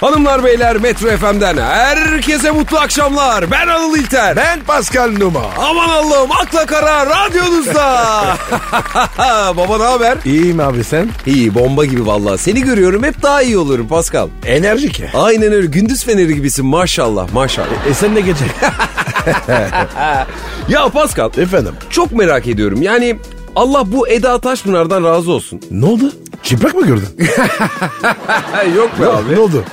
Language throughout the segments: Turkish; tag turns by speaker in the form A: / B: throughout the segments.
A: Hanımlar beyler Metro FM'den herkese mutlu akşamlar. Ben Anıl İlter.
B: Ben Pascal Numa.
A: Aman Allah'ım akla kara radyonuzda. Baba ne haber?
B: İyiyim abi sen?
A: İyi bomba gibi vallahi. Seni görüyorum hep daha iyi olurum Pascal.
B: Enerjik ya.
A: Aynen öyle gündüz feneri gibisin maşallah maşallah.
B: E sen de gece.
A: Ya Pascal e,
B: Efendim.
A: çok merak ediyorum yani Allah bu Eda Taşpınar'dan razı olsun.
B: Ne oldu? Çıplak mı gördün?
A: Yok be abi.
B: ne oldu?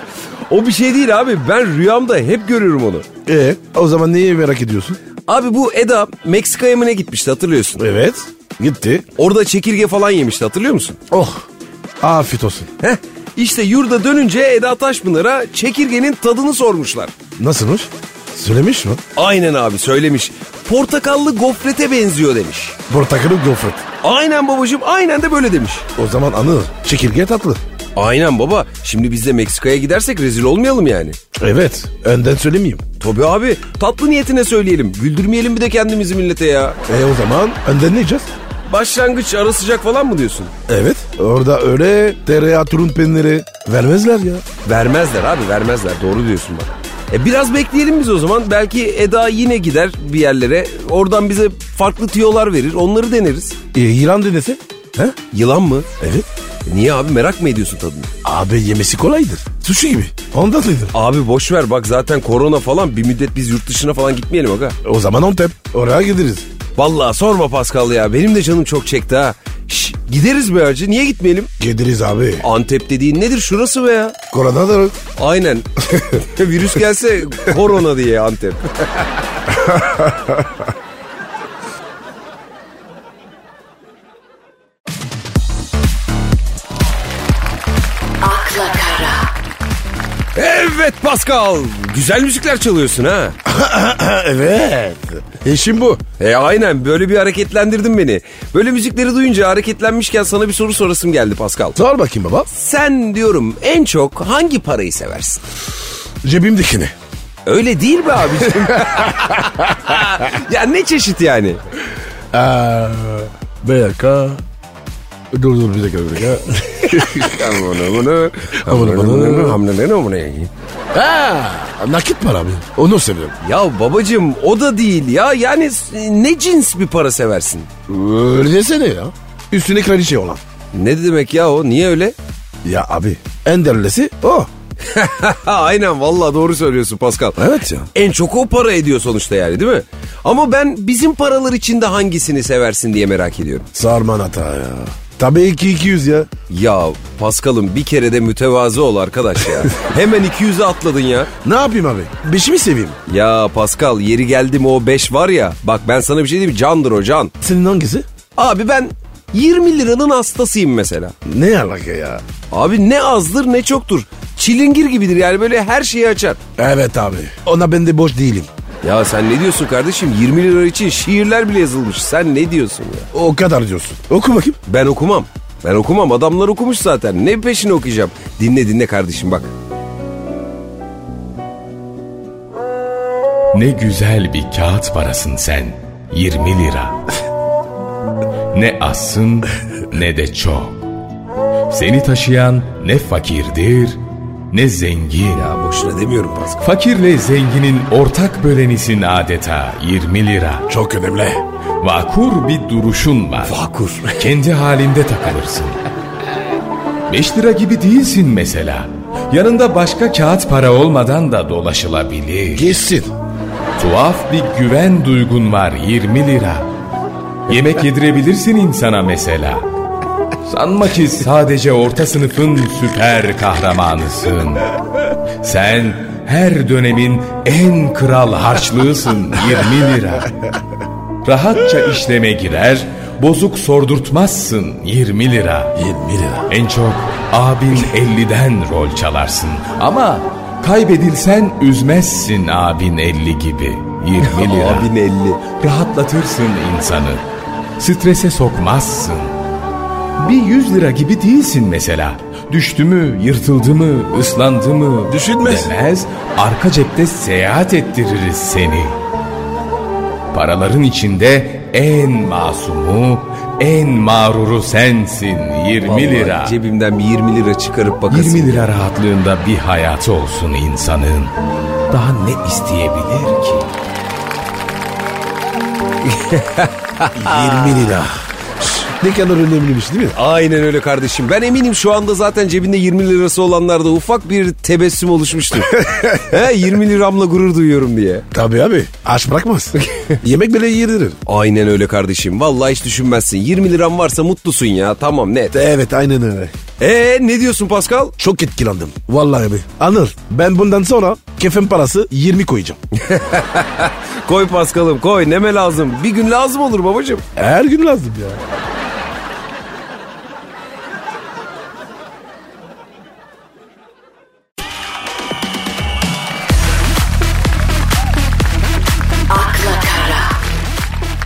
A: O bir şey değil abi ben rüyamda hep görüyorum onu.
B: E o zaman neyi merak ediyorsun?
A: Abi bu Eda Meksika'ya mı ne gitmişti hatırlıyorsun.
B: Evet. Gitti.
A: Orada çekirge falan yemişti hatırlıyor musun?
B: Oh. Afiyet olsun.
A: Heh. İşte yurda dönünce Eda Taşpınar'a çekirgenin tadını sormuşlar.
B: Nasılmış? Söylemiş mi?
A: Aynen abi söylemiş. Portakallı gofrete benziyor demiş.
B: Portakalı gofret.
A: Aynen babacığım aynen de böyle demiş.
B: O zaman anı çekirge tatlı.
A: Aynen baba şimdi biz de Meksika'ya gidersek rezil olmayalım yani.
B: Evet. Önden söylemeyeyim.
A: Tabii abi tatlı niyetine söyleyelim. Güldürmeyelim bir de kendimizi millete ya.
B: E o zaman önden ne yiyeceğiz?
A: Başlangıç ara sıcak falan mı diyorsun?
B: Evet. Orada öyle tereyağı turun peyniri vermezler ya.
A: Vermezler abi vermezler doğru diyorsun bak. E biraz bekleyelim biz o zaman. Belki Eda yine gider bir yerlere. Oradan bize farklı tüyolar verir. Onları deneriz.
B: E, yılan denesi? He?
A: Yılan mı?
B: Evet.
A: E niye abi merak mı ediyorsun tadını?
B: Abi yemesi kolaydır. Sushi gibi. Ondan nedir?
A: Abi boş ver bak zaten korona falan bir müddet biz yurt dışına falan gitmeyelim aga.
B: O zaman Antep. Oraya gideriz.
A: Vallahi sorma Pascal ya benim de canım çok çekti ha. Şş, gideriz be hacı niye gitmeyelim?
B: Gideriz abi.
A: Antep dediğin nedir şurası be ya?
B: Korona da
A: Aynen. Virüs gelse korona diye Antep.
C: akla kara,
A: Evet Pascal. Güzel müzikler çalıyorsun ha.
B: evet. Eşim bu.
A: E aynen böyle bir hareketlendirdin beni. Böyle müzikleri duyunca hareketlenmişken sana bir soru sorasım geldi Pascal.
B: Sor bakayım baba.
A: Sen diyorum en çok hangi parayı seversin?
B: Cebimdekini.
A: Öyle değil be abiciğim. ya ne çeşit yani?
B: Aa, Ee, bir dakika. Dur dur bir dakika bir dakika. Aa, nakit para abi. Onu seviyorum.
A: Ya babacığım o da değil ya. Yani s- ne cins bir para seversin?
B: Öyle desene ya. Üstüne kraliçe olan.
A: Ne demek ya o? Niye öyle?
B: Ya abi en değerlisi o.
A: aynen vallahi doğru söylüyorsun Pascal.
B: Evet ya.
A: En çok o para ediyor sonuçta yani değil mi? Ama ben bizim paralar içinde hangisini seversin diye merak ediyorum.
B: Sarman hata ya. Tabii ki 200 ya.
A: Ya Pascal'ım bir kere de mütevazı ol arkadaş ya. Hemen 200'e atladın ya.
B: Ne yapayım abi? Beşimi seveyim.
A: Ya Pascal yeri geldi mi o 5 var ya. Bak ben sana bir şey diyeyim mi? candır o can.
B: Senin hangisi?
A: Abi ben 20 liranın hastasıyım mesela.
B: Ne alaka ya?
A: Abi ne azdır ne çoktur. Çilingir gibidir yani böyle her şeyi açar.
B: Evet abi. Ona ben de boş değilim.
A: Ya sen ne diyorsun kardeşim? 20 lira için şiirler bile yazılmış. Sen ne diyorsun ya?
B: O kadar diyorsun. Oku bakayım.
A: Ben okumam. Ben okumam. Adamlar okumuş zaten. Ne peşini okuyacağım? Dinle dinle kardeşim bak.
D: Ne güzel bir kağıt parasın sen. 20 lira. ne azsın ne de çok. Seni taşıyan ne fakirdir ne zengin.
A: Ya boşuna demiyorum Pascal.
D: Fakirle zenginin ortak bölenisin adeta 20 lira.
B: Çok önemli.
D: Vakur bir duruşun var.
A: Vakur.
D: Kendi halinde takılırsın. 5 lira gibi değilsin mesela. Yanında başka kağıt para olmadan da dolaşılabilir.
B: Geçsin.
D: Tuhaf bir güven duygun var 20 lira. Yemek yedirebilirsin insana mesela. Sanma ki sadece orta sınıfın süper kahramanısın. Sen her dönemin en kral harçlığısın 20 lira. Rahatça işleme girer, bozuk sordurtmazsın 20 lira.
B: 20 lira.
D: En çok abin 50'den rol çalarsın. Ama kaybedilsen üzmezsin abin 50 gibi. 20 lira.
A: Abin 50.
D: Rahatlatırsın insanı. Strese sokmazsın. Bir 100 lira gibi değilsin mesela. Düştü mü, yırtıldı mı, ıslandı mı
B: Düşünmez.
D: demez. Arka cepte seyahat ettiririz seni. Paraların içinde en masumu, En mağruru sensin 20
A: Vallahi
D: lira.
A: Cebimden bir 20 lira çıkarıp bakasın.
D: 20 lira rahatlığında bir hayatı olsun insanın. Daha ne isteyebilir ki?
B: 20 lira. ne kadar önemliymiş değil mi?
A: Aynen öyle kardeşim. Ben eminim şu anda zaten cebinde 20 lirası olanlarda ufak bir tebessüm oluşmuştur. He, 20 liramla gurur duyuyorum diye.
B: Tabii abi. Aç bırakmaz. Yemek bile yedirir.
A: Aynen öyle kardeşim. Vallahi hiç düşünmezsin. 20 liram varsa mutlusun ya. Tamam net.
B: Evet aynen öyle.
A: Ee ne diyorsun Pascal?
B: Çok etkilendim. Vallahi abi. Anır ben bundan sonra kefen parası 20 koyacağım.
A: Koy Pascal'ım koy. Neme lazım? Bir gün lazım olur babacığım.
B: Her gün lazım ya.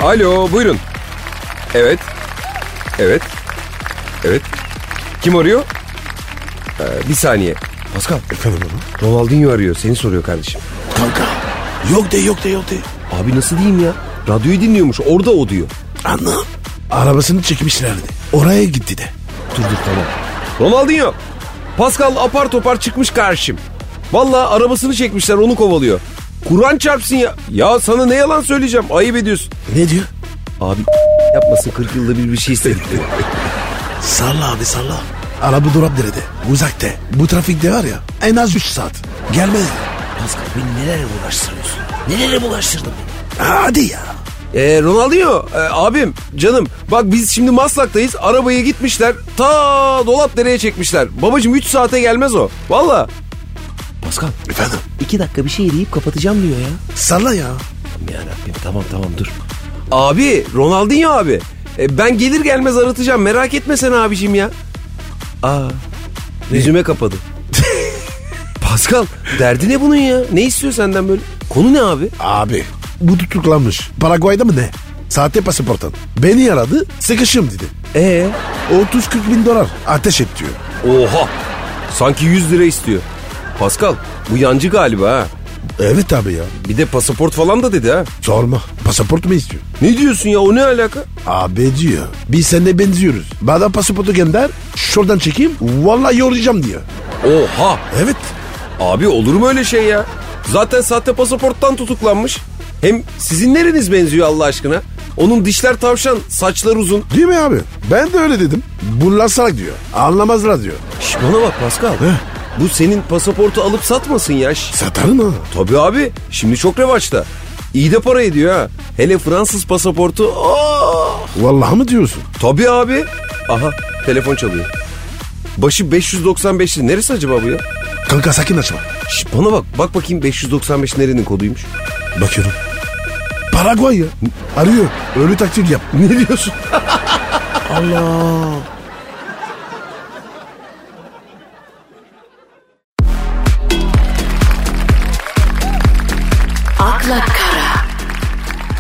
A: Alo buyurun. Evet. Evet. Evet. Kim arıyor? Ee, bir saniye. Pascal.
B: Efendim oğlum?
A: Ronaldinho arıyor. Seni soruyor kardeşim.
B: Kanka. Yok de yok de yok de.
A: Abi nasıl diyeyim ya? Radyoyu dinliyormuş. Orada o diyor.
B: Anla. Arabasını çekmişlerdi. Oraya gitti de.
A: Dur dur tamam. Ronaldinho. Pascal apar topar çıkmış karşım. Vallahi arabasını çekmişler onu kovalıyor. Kur'an çarpsın ya. Ya sana ne yalan söyleyeceğim. Ayıp ediyorsun.
B: Ne diyor?
A: Abi yapmasın 40 yılda bir bir şey istedik diyor.
B: Salla abi salla. Araba durap derede. Uzakta. Bu trafikte var ya en az 3 saat. Gelmez.
C: Pascal beni nerelere bulaştırıyorsun? Nerelere bulaştırdın beni?
B: Hadi ya.
A: Ee, Ronaldinho e, abim canım bak biz şimdi Maslak'tayız arabaya gitmişler ta Dolapdere'ye çekmişler. Babacım 3 saate gelmez o valla.
C: Pascal
B: Efendim.
C: iki dakika bir şey deyip kapatacağım diyor ya.
B: Salla ya.
C: Ya Rabbim tamam tamam dur.
A: Abi Ronaldinho abi e, ben gelir gelmez aratacağım merak etme sen abicim ya. Aa yüzüme kapadı. Pascal derdi ne bunun ya ne istiyor senden böyle konu ne abi?
B: Abi. Bu tutuklanmış. Paraguay'da mı ne? Sahte pasaporttan. Beni aradı. Sıkışım dedi.
A: Ee
B: 30-40 bin dolar ateş et diyor.
A: oha sanki 100 lira istiyor. Pascal bu yancı galiba ha.
B: Evet abi ya.
A: Bir de pasaport falan da dedi ha.
B: Sorma. Pasaport mu istiyor?
A: Ne diyorsun ya o ne alaka?
B: Abi diyor. Biz seninle benziyoruz. Bana pasaportu gönder. Şuradan çekeyim. Vallahi yoracağım diyor.
A: Oha
B: Evet.
A: abi olur mu öyle şey ya? Zaten sahte pasaporttan tutuklanmış. Hem sizin nereniz benziyor Allah aşkına? Onun dişler tavşan, saçlar uzun.
B: Değil mi abi? Ben de öyle dedim. Bunlar salak diyor. Anlamazlar diyor.
A: Şş, bana bak Pascal. Bu senin pasaportu alıp satmasın ya. Şş,
B: Satarım ha.
A: Tabii abi şimdi çok revaçta. İyi de para ediyor ha. Hele Fransız pasaportu. Aa!
B: Vallahi mı diyorsun?
A: Tabii abi. Aha telefon çalıyor. Başı 595'li neresi acaba bu ya?
B: Kanka sakin açma.
A: Şş, bana bak bak bakayım 595 nerenin koduymuş.
B: Bakıyorum. Paraguay ya. Arıyor. Ölü taktik yap.
A: Ne diyorsun?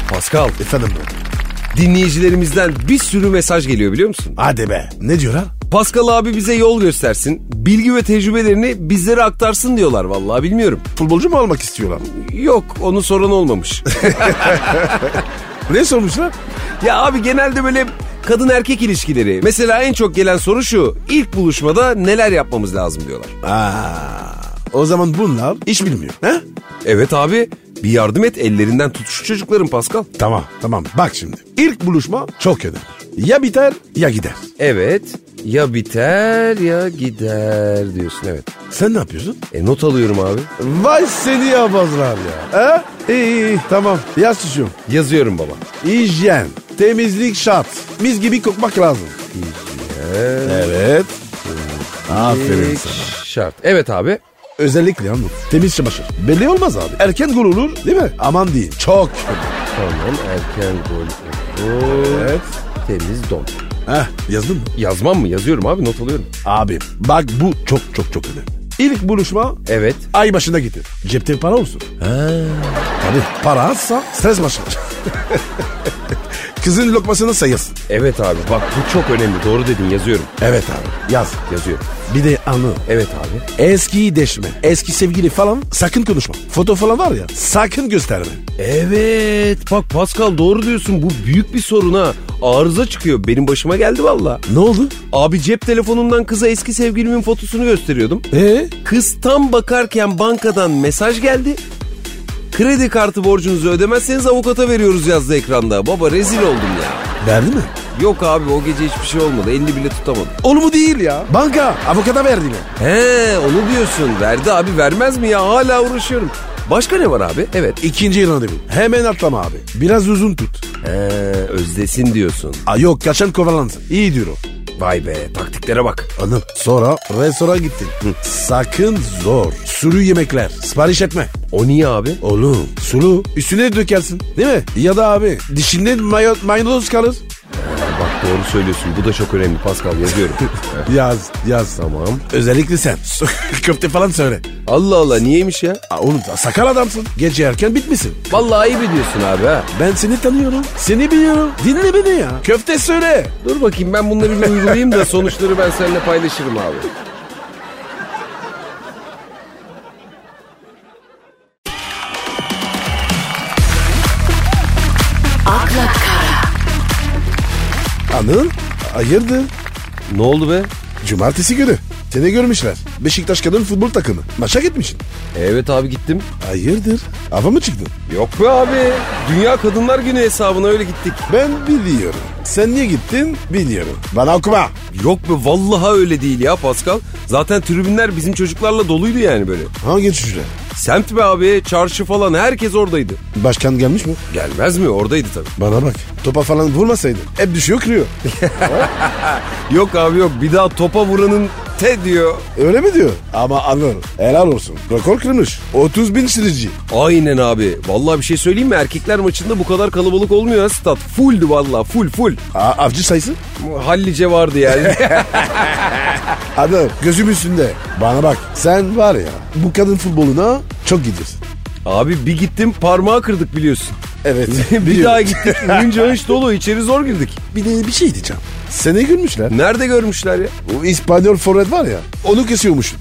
A: Pascal
B: Efendim bu.
A: dinleyicilerimizden bir sürü mesaj geliyor biliyor musun?
B: Hadi be. Ne diyor ha?
A: Pascal abi bize yol göstersin, bilgi ve tecrübelerini bizlere aktarsın diyorlar vallahi bilmiyorum.
B: Futbolcu mu almak istiyorlar?
A: Yok onu soran olmamış.
B: Ne sormuşlar?
A: ya abi genelde böyle kadın erkek ilişkileri. Mesela en çok gelen soru şu. ilk buluşmada neler yapmamız lazım diyorlar.
B: Aa, o zaman bunlar hiç bilmiyor. He?
A: Evet abi bir yardım et ellerinden tut şu çocukların Pascal.
B: Tamam tamam bak şimdi. İlk buluşma çok önemli. Ya biter ya gider.
A: Evet ya biter ya gider diyorsun evet.
B: Sen ne yapıyorsun?
A: E not alıyorum abi.
B: Vay seni yapazlar ya. He? İyi iyi tamam yaz suçum.
A: Yazıyorum baba.
B: Hijyen, temizlik şart. Mis gibi kokmak lazım. Evet. Aferin sana.
A: Şart. Evet abi.
B: Özellikle yalnız temiz çamaşır. Belli olmaz abi. Erken gol olur değil mi? Aman diyeyim. Çok.
A: Tamam erken gol.
B: Evet.
A: Temiz don.
B: Heh, yazdın mı?
A: Yazmam mı? Yazıyorum abi not alıyorum.
B: Abi bak bu çok çok çok önemli. İlk buluşma
A: Evet.
B: ay başına getir. Cepte para olsun. Tabii para azsa stres başlar. Kızın lokmasını sayasın.
A: Evet abi bak bu çok önemli doğru dedin yazıyorum.
B: Evet abi yaz.
A: Yazıyorum.
B: Bir de anı.
A: Evet abi.
B: Eskiyi deşme. Eski sevgili falan sakın konuşma. Foto falan var ya sakın gösterme.
A: Evet bak Pascal doğru diyorsun bu büyük bir sorun ha. Arıza çıkıyor benim başıma geldi valla.
B: Ne oldu?
A: Abi cep telefonundan kıza eski sevgilimin fotosunu gösteriyordum.
B: Ee?
A: Kız tam bakarken bankadan mesaj geldi. Kredi kartı borcunuzu ödemezseniz avukata veriyoruz yazdı ekranda. Baba rezil oldum ya.
B: Verdi mi?
A: Yok abi o gece hiçbir şey olmadı. Elini bile tutamadım.
B: Oğlu mu değil ya. Banka avukata verdiler.
A: He onu diyorsun. Verdi abi vermez mi ya? Hala uğraşıyorum. Başka ne var abi? Evet.
B: İkinci randevu. Hemen atlama abi. Biraz uzun tut.
A: He, özlesin diyorsun.
B: Aa, yok kaçan kovalansın. İyi diyor o.
A: Vay be taktiklere bak.
B: Hanım sonra restorana gittin. Sakın zor. Sulu yemekler. Sipariş etme.
A: O niye abi?
B: Oğlum sulu üstüne dökersin değil mi? Ya da abi dişinde mayo, maydanoz kalır.
A: Bak doğru söylüyorsun. Bu da çok önemli Pascal yazıyorum.
B: Yaz yaz.
A: tamam.
B: Özellikle sen. Köfte falan söyle.
A: Allah Allah niyeymiş ya?
B: Aa, oğlum sakal adamsın. Gece erken bitmişsin.
A: Vallahi ayıp ediyorsun abi ha.
B: Ben seni tanıyorum. Seni biliyorum. Dinle beni ya. Köfte söyle.
A: Dur bakayım ben bunları bir uygulayayım da sonuçları ben seninle paylaşırım abi.
E: akla kara,
B: Anıl hayırdır?
A: Ne oldu be?
B: Cumartesi günü. Seni görmüşler. Beşiktaş kadın futbol takımı. Maça gitmişsin.
A: Evet abi gittim.
B: Hayırdır? Hava mı çıktın?
A: Yok be abi. Dünya Kadınlar Günü hesabına öyle gittik.
B: Ben biliyorum. Sen niye gittin biliyorum. Bana okuma.
A: Yok be vallaha öyle değil ya Pascal. Zaten tribünler bizim çocuklarla doluydu yani böyle.
B: Hangi çocuklar?
A: Semt be abi, çarşı falan herkes oradaydı.
B: Başkan gelmiş mi?
A: Gelmez mi? Oradaydı tabii.
B: Bana bak. Topa falan vurmasaydın. Hep düşüyor kırıyor.
A: Yok abi yok. Bir daha topa vuranın te diyor.
B: Öyle mi diyor? Ama Anıl helal olsun. Rekor kırmış. 30 bin sürücü.
A: Aynen abi. Vallahi bir şey söyleyeyim mi? Erkekler maçında bu kadar kalabalık olmuyor ha stat. Fulldü vallahi full full.
B: A- avcı sayısı?
A: Hallice vardı yani.
B: Anıl gözüm üstünde. Bana bak sen var ya bu kadın futboluna çok gidiyorsun.
A: abi bir gittim parmağı kırdık biliyorsun.
B: Evet.
A: bir daha gittik. Oyuncu hiç dolu. içeri zor girdik.
B: Bir de bir şey diyeceğim. Seni gülmüşler.
A: Nerede görmüşler ya?
B: O İspanyol forvet var ya onu kesiyormuş.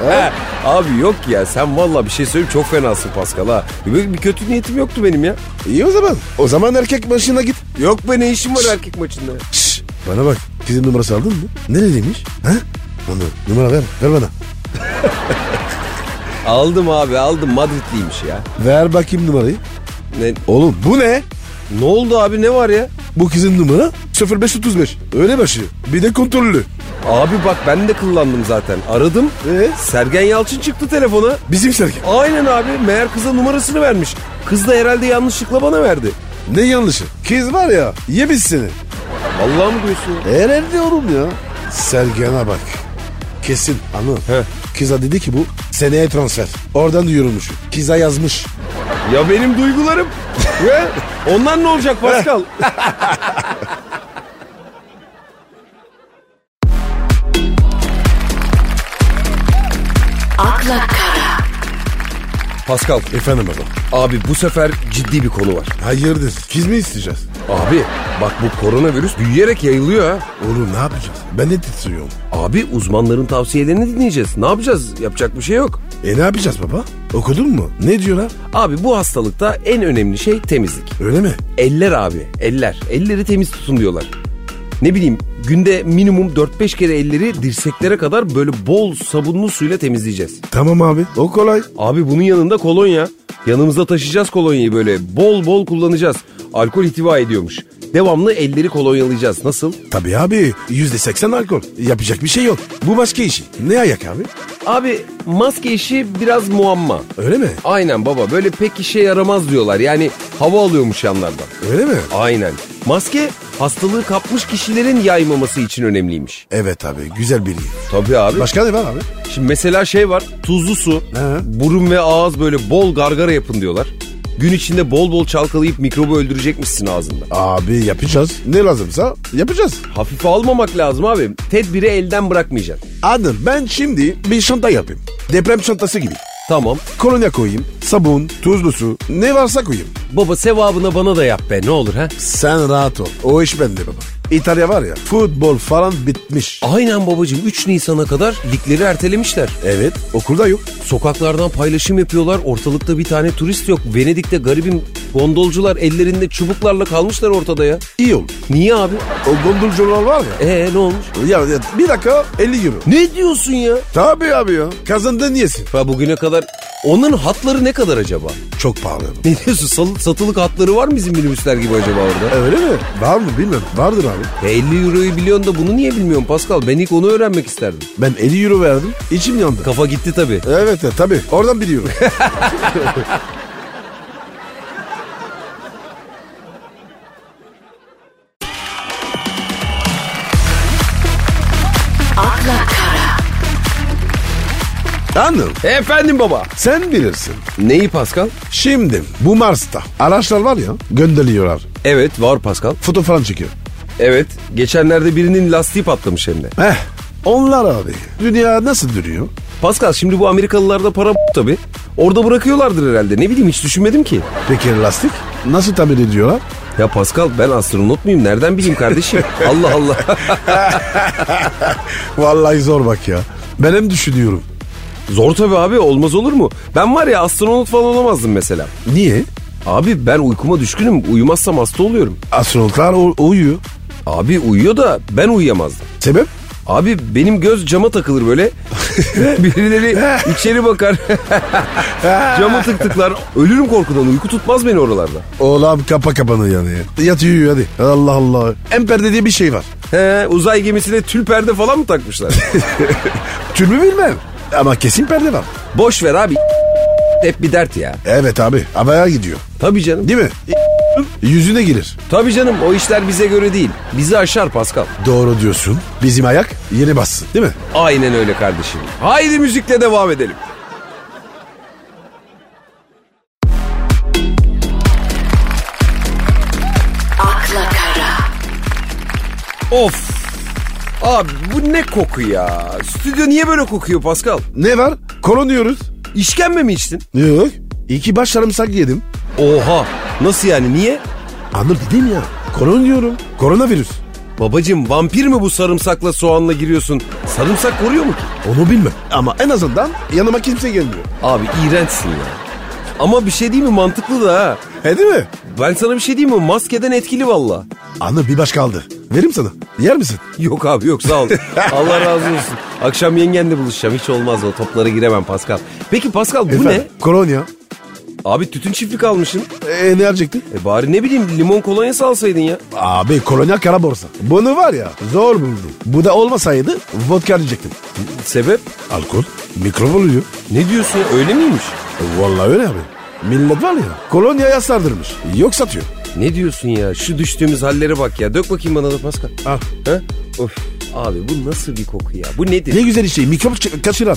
A: Abi yok ya sen valla bir şey söyleyeyim çok fenasın Pascal ha. Bir, bir kötü niyetim yoktu benim ya.
B: İyi o zaman. O zaman erkek başına git.
A: Yok be ne işim var erkek maçında.
B: Şşş, bana bak. Kızın numarası aldın mı? Neredeymiş? Ha? Anıl numara ver. Ver bana.
A: Aldım abi aldım Madridliymiş ya.
B: Ver bakayım numarayı.
A: Ne,
B: Oğlum bu ne?
A: ne oldu abi ne var ya?
B: Bu kızın numara 0535. Öyle başlıyor. Bir de kontrollü.
A: Abi bak ben de kullandım zaten. Aradım.
B: Ee?
A: Sergen Yalçın çıktı telefona.
B: Bizim sergen.
A: Aynen abi meğer kıza numarasını vermiş. Kız da herhalde yanlışlıkla bana verdi.
B: Ne yanlışı? Kız var ya yemiş seni.
A: Vallahi mı diyorsun? ya?
B: Herhalde oğlum ya. Sergen'e bak. Kesin anı.
A: He.
B: Kıza dedi ki bu seneye transfer. Oradan duyurulmuş. Kıza yazmış.
A: Ya benim duygularım. Ve ondan ne olacak Pascal?
E: akla kara,
A: Pascal
B: Efendim adam.
A: abi bu sefer ciddi bir konu var.
B: Hayırdır? Kız mı isteyeceğiz?
A: Abi bak bu koronavirüs büyüyerek yayılıyor ha.
B: Oğlum ne yapacağız? Ben de titriyorum.
A: Abi uzmanların tavsiyelerini dinleyeceğiz. Ne yapacağız? Yapacak bir şey yok.
B: E ne yapacağız baba? Okudun mu? Ne diyorlar?
A: Abi bu hastalıkta en önemli şey temizlik.
B: Öyle mi?
A: Eller abi, eller. Elleri temiz tutun diyorlar. Ne bileyim günde minimum 4-5 kere elleri dirseklere kadar böyle bol sabunlu suyla temizleyeceğiz.
B: Tamam abi. O kolay.
A: Abi bunun yanında kolonya. Yanımızda taşıyacağız kolonyayı böyle bol bol kullanacağız. Alkol ihtiva ediyormuş. Devamlı elleri kolonyalayacağız. Nasıl?
B: Tabii abi. Yüzde seksen alkol. Yapacak bir şey yok. Bu başka işi. Ne ayak abi?
A: Abi maske işi biraz muamma.
B: Öyle mi?
A: Aynen baba böyle pek işe yaramaz diyorlar. Yani hava alıyormuş yanlardan.
B: Öyle mi?
A: Aynen. Maske hastalığı kapmış kişilerin yaymaması için önemliymiş.
B: Evet abi. Güzel bilgi.
A: Tabii abi.
B: Başka ne var abi?
A: Şimdi mesela şey var tuzlu su,
B: He.
A: burun ve ağız böyle bol gargara yapın diyorlar. Gün içinde bol bol çalkalayıp mikrobu öldürecekmişsin ağzında.
B: Abi yapacağız. Ne lazımsa yapacağız.
A: Hafife almamak lazım abi. Tedbiri elden bırakmayacaksın.
B: Adnan ben şimdi bir çanta yapayım. Deprem çantası gibi.
A: Tamam.
B: Kolonya koyayım, sabun, tuzlu su, ne varsa koyayım.
A: Baba sevabına bana da yap be ne olur ha.
B: Sen rahat ol. O iş bende baba. İtalya var ya futbol falan bitmiş.
A: Aynen babacığım 3 Nisan'a kadar ligleri ertelemişler.
B: Evet okulda yok.
A: Sokaklardan paylaşım yapıyorlar. Ortalıkta bir tane turist yok. Venedik'te garibim gondolcular ellerinde çubuklarla kalmışlar ortada ya.
B: İyi olur.
A: Niye abi?
B: O dondurcular var ya.
A: Ee ne olmuş?
B: Ya, ya bir dakika 50 euro.
A: Ne diyorsun ya?
B: Tabii abi ya. Kazandın yesin.
A: Ha bugüne kadar onun hatları ne kadar acaba?
B: Çok pahalı.
A: Ne diyorsun? Sal- satılık hatları var mı bizim minibüsler gibi acaba orada?
B: Öyle mi? Var mı bilmiyorum. Vardır abi.
A: Ya 50 euroyu biliyorsun da bunu niye bilmiyorsun Pascal? Ben ilk onu öğrenmek isterdim.
B: Ben 50 euro verdim. İçim yandı.
A: Kafa gitti tabii.
B: Evet evet tabii. Oradan biliyorum.
E: akla kara,
B: Anıl
A: Efendim baba.
B: sen bilirsin.
A: Neyi Pascal?
B: Şimdi bu Mars'ta araçlar var ya gönderiyorlar.
A: Evet var Pascal.
B: Foto falan çekiyor.
A: Evet. Geçenlerde birinin lastiği patlamış hem de.
B: Heh Eh, onlar abi. Dünya nasıl duruyor?
A: Pascal şimdi bu Amerikalılarda para tabi. Orada bırakıyorlardır herhalde. Ne bileyim hiç düşünmedim ki.
B: Peki lastik nasıl tamir ediyorlar?
A: Ya Pascal ben astronot muyum? Nereden bileyim kardeşim? Allah Allah.
B: Vallahi zor bak ya. Ben hem düşünüyorum.
A: Zor tabi abi olmaz olur mu? Ben var ya astronot falan olamazdım mesela.
B: Niye?
A: Abi ben uykuma düşkünüm. Uyumazsam hasta oluyorum.
B: Astronotlar u- uyuyor.
A: Abi uyuyor da ben uyuyamazdım.
B: Sebep?
A: Abi benim göz cama takılır böyle. Birileri içeri bakar. Camı tıktıklar. Ölürüm korkudan. Uyku tutmaz beni oralarda.
B: Oğlan kapa kapanı yani. Yat uyuyor hadi. Allah Allah. Emperde diye bir şey var.
A: He, uzay gemisine tül perde falan mı takmışlar?
B: Tül mü bilmem. Ama kesin perde var.
A: Boş ver abi. Hep bir dert ya.
B: Evet abi. Havaya gidiyor.
A: Tabii canım.
B: Değil mi? Yüzüne girir.
A: Tabii canım o işler bize göre değil. Bizi aşar Pascal.
B: Doğru diyorsun. Bizim ayak yere bassın değil mi?
A: Aynen öyle kardeşim. Haydi müzikle devam edelim.
E: akla kara,
A: Of. Abi bu ne koku ya? Stüdyo niye böyle kokuyor Pascal?
B: Ne var? Kolon diyoruz.
A: İşkembe mi içtin?
B: Yok. İki baş sarımsak yedim.
A: Oha. Nasıl yani niye?
B: Anır dedim ya. Kolon diyorum. Koronavirüs.
A: Babacım vampir mi bu sarımsakla soğanla giriyorsun? Sarımsak koruyor mu ki?
B: Onu bilmem. Ama en azından yanıma kimse gelmiyor.
A: Abi iğrençsin ya. Ama bir şey değil mi mantıklı da ha.
B: He değil mi?
A: Ben sana bir şey diyeyim mi? Maskeden etkili valla.
B: Anır bir baş kaldı. Verim sana. Yer misin?
A: Yok abi yok sağ ol. Allah razı olsun. Akşam yengenle buluşacağım. Hiç olmaz o toplara giremem Pascal. Peki Pascal bu ne?
B: Kolonya.
A: Abi tütün çiftlik almışsın.
B: Ee, ne yapacaktın?
A: E bari ne bileyim limon kolonyası alsaydın ya.
B: Abi kolonya kara borsa. Bunu var ya zor buldum. Bu da olmasaydı vodka diyecektim.
A: Sebep?
B: Alkol mikrop oluyor.
A: Ne diyorsun ya öyle miymiş?
B: Vallahi öyle abi. Millet var ya kolonyaya sardırmış. Yok satıyor.
A: Ne diyorsun ya? Şu düştüğümüz hallere bak ya. Dök bakayım bana da Pascal.
B: Al.
A: Ha? Of. Abi bu nasıl bir koku ya? Bu nedir?
B: Ne güzel şey mikrop ç- kaçıran.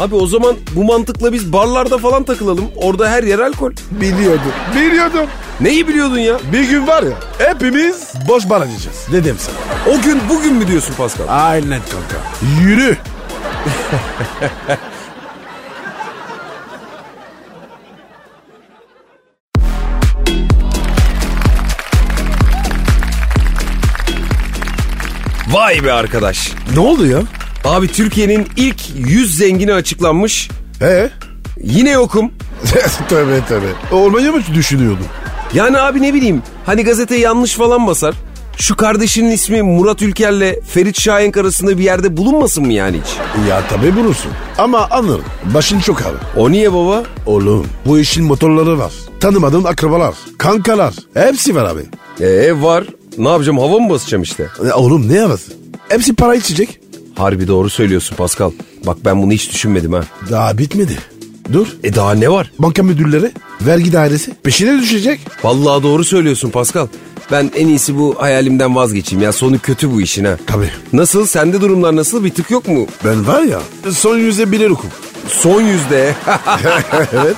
A: Abi o zaman bu mantıkla biz barlarda falan takılalım. Orada her yer alkol.
B: Biliyordum. Biliyordum.
A: Neyi biliyordun ya?
B: Bir gün var ya hepimiz boş bar edeceğiz. Dedim sana.
A: O gün bugün mü diyorsun Pascal?
B: Aynen kanka. Yürü.
A: Vay be arkadaş.
B: Ne oldu ya?
A: Abi Türkiye'nin ilk 100 zengini açıklanmış.
B: He?
A: Yine yokum.
B: tövbe tövbe. Olmayı mı düşünüyordun?
A: Yani abi ne bileyim hani gazete yanlış falan basar. Şu kardeşinin ismi Murat Ülker'le Ferit Şahenk arasında bir yerde bulunmasın mı yani hiç?
B: Ya tabii bulursun. Ama anır. Başın çok ağır.
A: O niye baba?
B: Oğlum bu işin motorları var. Tanımadığın akrabalar, kankalar hepsi var abi.
A: Ee var. Ne yapacağım hava mı basacağım işte?
B: E, Oğlum ne havası? Hepsi para içecek.
A: Harbi doğru söylüyorsun Pascal. Bak ben bunu hiç düşünmedim ha.
B: Daha bitmedi. Dur.
A: E daha ne var?
B: Banka müdürleri, vergi dairesi peşine düşecek.
A: Vallahi doğru söylüyorsun Pascal. Ben en iyisi bu hayalimden vazgeçeyim ya. Sonu kötü bu işin ha.
B: Tabii.
A: Nasıl? Sende durumlar nasıl? Bir tık yok mu?
B: Ben var ya son yüze birer okum.
A: Son yüzde.
B: evet.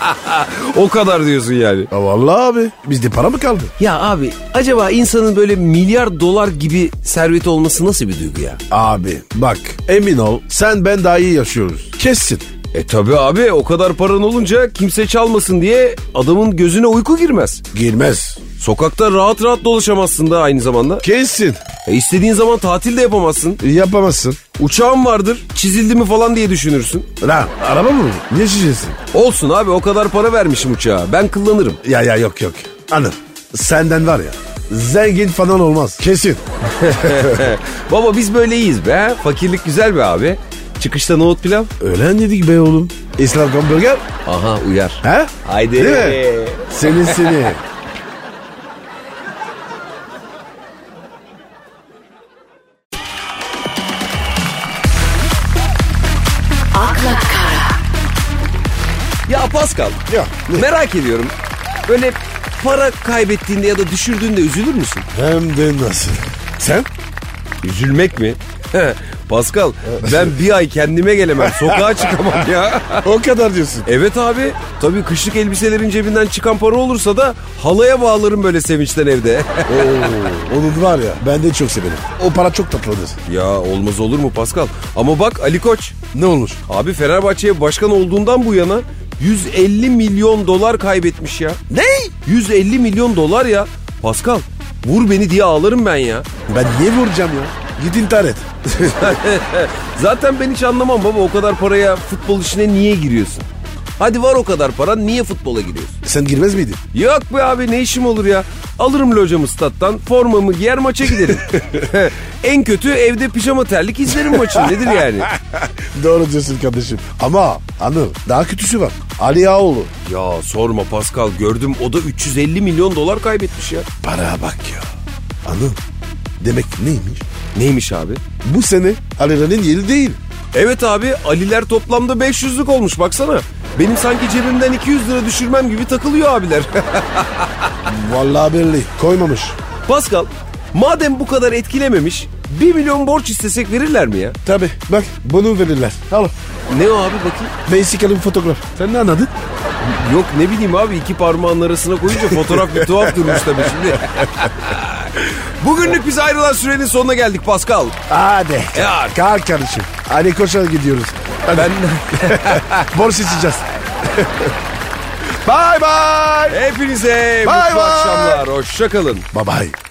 A: o kadar diyorsun yani.
B: Ya vallahi abi bizde para mı kaldı?
A: Ya abi acaba insanın böyle milyar dolar gibi serveti olması nasıl bir duygu ya?
B: Abi bak emin ol sen ben daha iyi yaşıyoruz. Kessin.
A: E tabi abi o kadar paran olunca kimse çalmasın diye adamın gözüne uyku girmez.
B: Girmez.
A: Sokakta rahat rahat dolaşamazsın da aynı zamanda.
B: Kesin.
A: E istediğin zaman tatil de yapamazsın.
B: Yapamazsın.
A: Uçağın vardır çizildi mi falan diye düşünürsün.
B: Lan araba mı bu? Niye şişesin?
A: Olsun abi o kadar para vermişim uçağa ben kullanırım.
B: Ya ya yok yok. Anır. Senden var ya. Zengin falan olmaz. Kesin.
A: Baba biz böyle iyiyiz be fakirlik güzel be abi. Çıkışta nohut pilav.
B: Öğlen dedik be oğlum. İslam hamburger.
A: Aha uyar.
B: He?
A: Haydi.
B: Değil mi? Senin seni.
E: akla kara,
A: Ya Pascal
B: Ya, ne?
A: merak ediyorum böyle para kaybettiğinde ya da düşürdüğünde üzülür müsün?
B: Hem de nasıl? Sen?
A: Üzülmek mi? Pascal ben bir ay kendime gelemem sokağa çıkamam ya.
B: O kadar diyorsun.
A: Evet abi tabii kışlık elbiselerin cebinden çıkan para olursa da halaya bağlarım böyle sevinçten evde.
B: Oo, onun var ya ben de çok severim. O para çok tatlıdır.
A: ya olmaz olur mu Pascal? Ama bak Ali Koç
B: Ne olur?
A: abi Fenerbahçe'ye başkan olduğundan bu yana 150 milyon dolar kaybetmiş ya.
B: Ne?
A: 150 milyon dolar ya. Pascal vur beni diye ağlarım ben ya.
B: Ben niye vuracağım ya? Git intihar et.
A: Zaten ben hiç anlamam baba o kadar paraya futbol işine niye giriyorsun? Hadi var o kadar para niye futbola giriyorsun?
B: Sen girmez miydin?
A: Yok be abi ne işim olur ya. Alırım locamı stat'tan formamı giyer maça giderim. en kötü evde pijama terlik izlerim maçı nedir yani?
B: Doğru diyorsun kardeşim. Ama Anıl daha kötüsü var. Ali Ağoğlu.
A: Ya sorma Pascal gördüm o da 350 milyon dolar kaybetmiş ya.
B: Paraya bak ya. Anıl demek neymiş?
A: Neymiş abi?
B: Bu sene Ali'nin yeri değil.
A: Evet abi Aliler toplamda 500'lük olmuş baksana. Benim sanki cebimden 200 lira düşürmem gibi takılıyor abiler.
B: Vallahi belli koymamış.
A: Pascal madem bu kadar etkilememiş 1 milyon borç istesek verirler mi ya?
B: Tabi bak bunu verirler. Al
A: Ne o abi bakayım?
B: Meksikalı fotoğraf. Sen ne anladın?
A: Yok ne bileyim abi iki parmağın arasına koyunca fotoğraf bir tuhaf durmuş tabii şimdi. Bugünlük biz ayrılan sürenin sonuna geldik Pascal.
B: Hadi.
A: Ya.
B: Kalk kardeşim. Ali Koç'a gidiyoruz. Hadi.
A: Ben
B: Borç içeceğiz. bye bye.
A: hepinize
B: Bay
A: mutlu
B: bay.
A: akşamlar. Hoşçakalın.
B: Bye bye.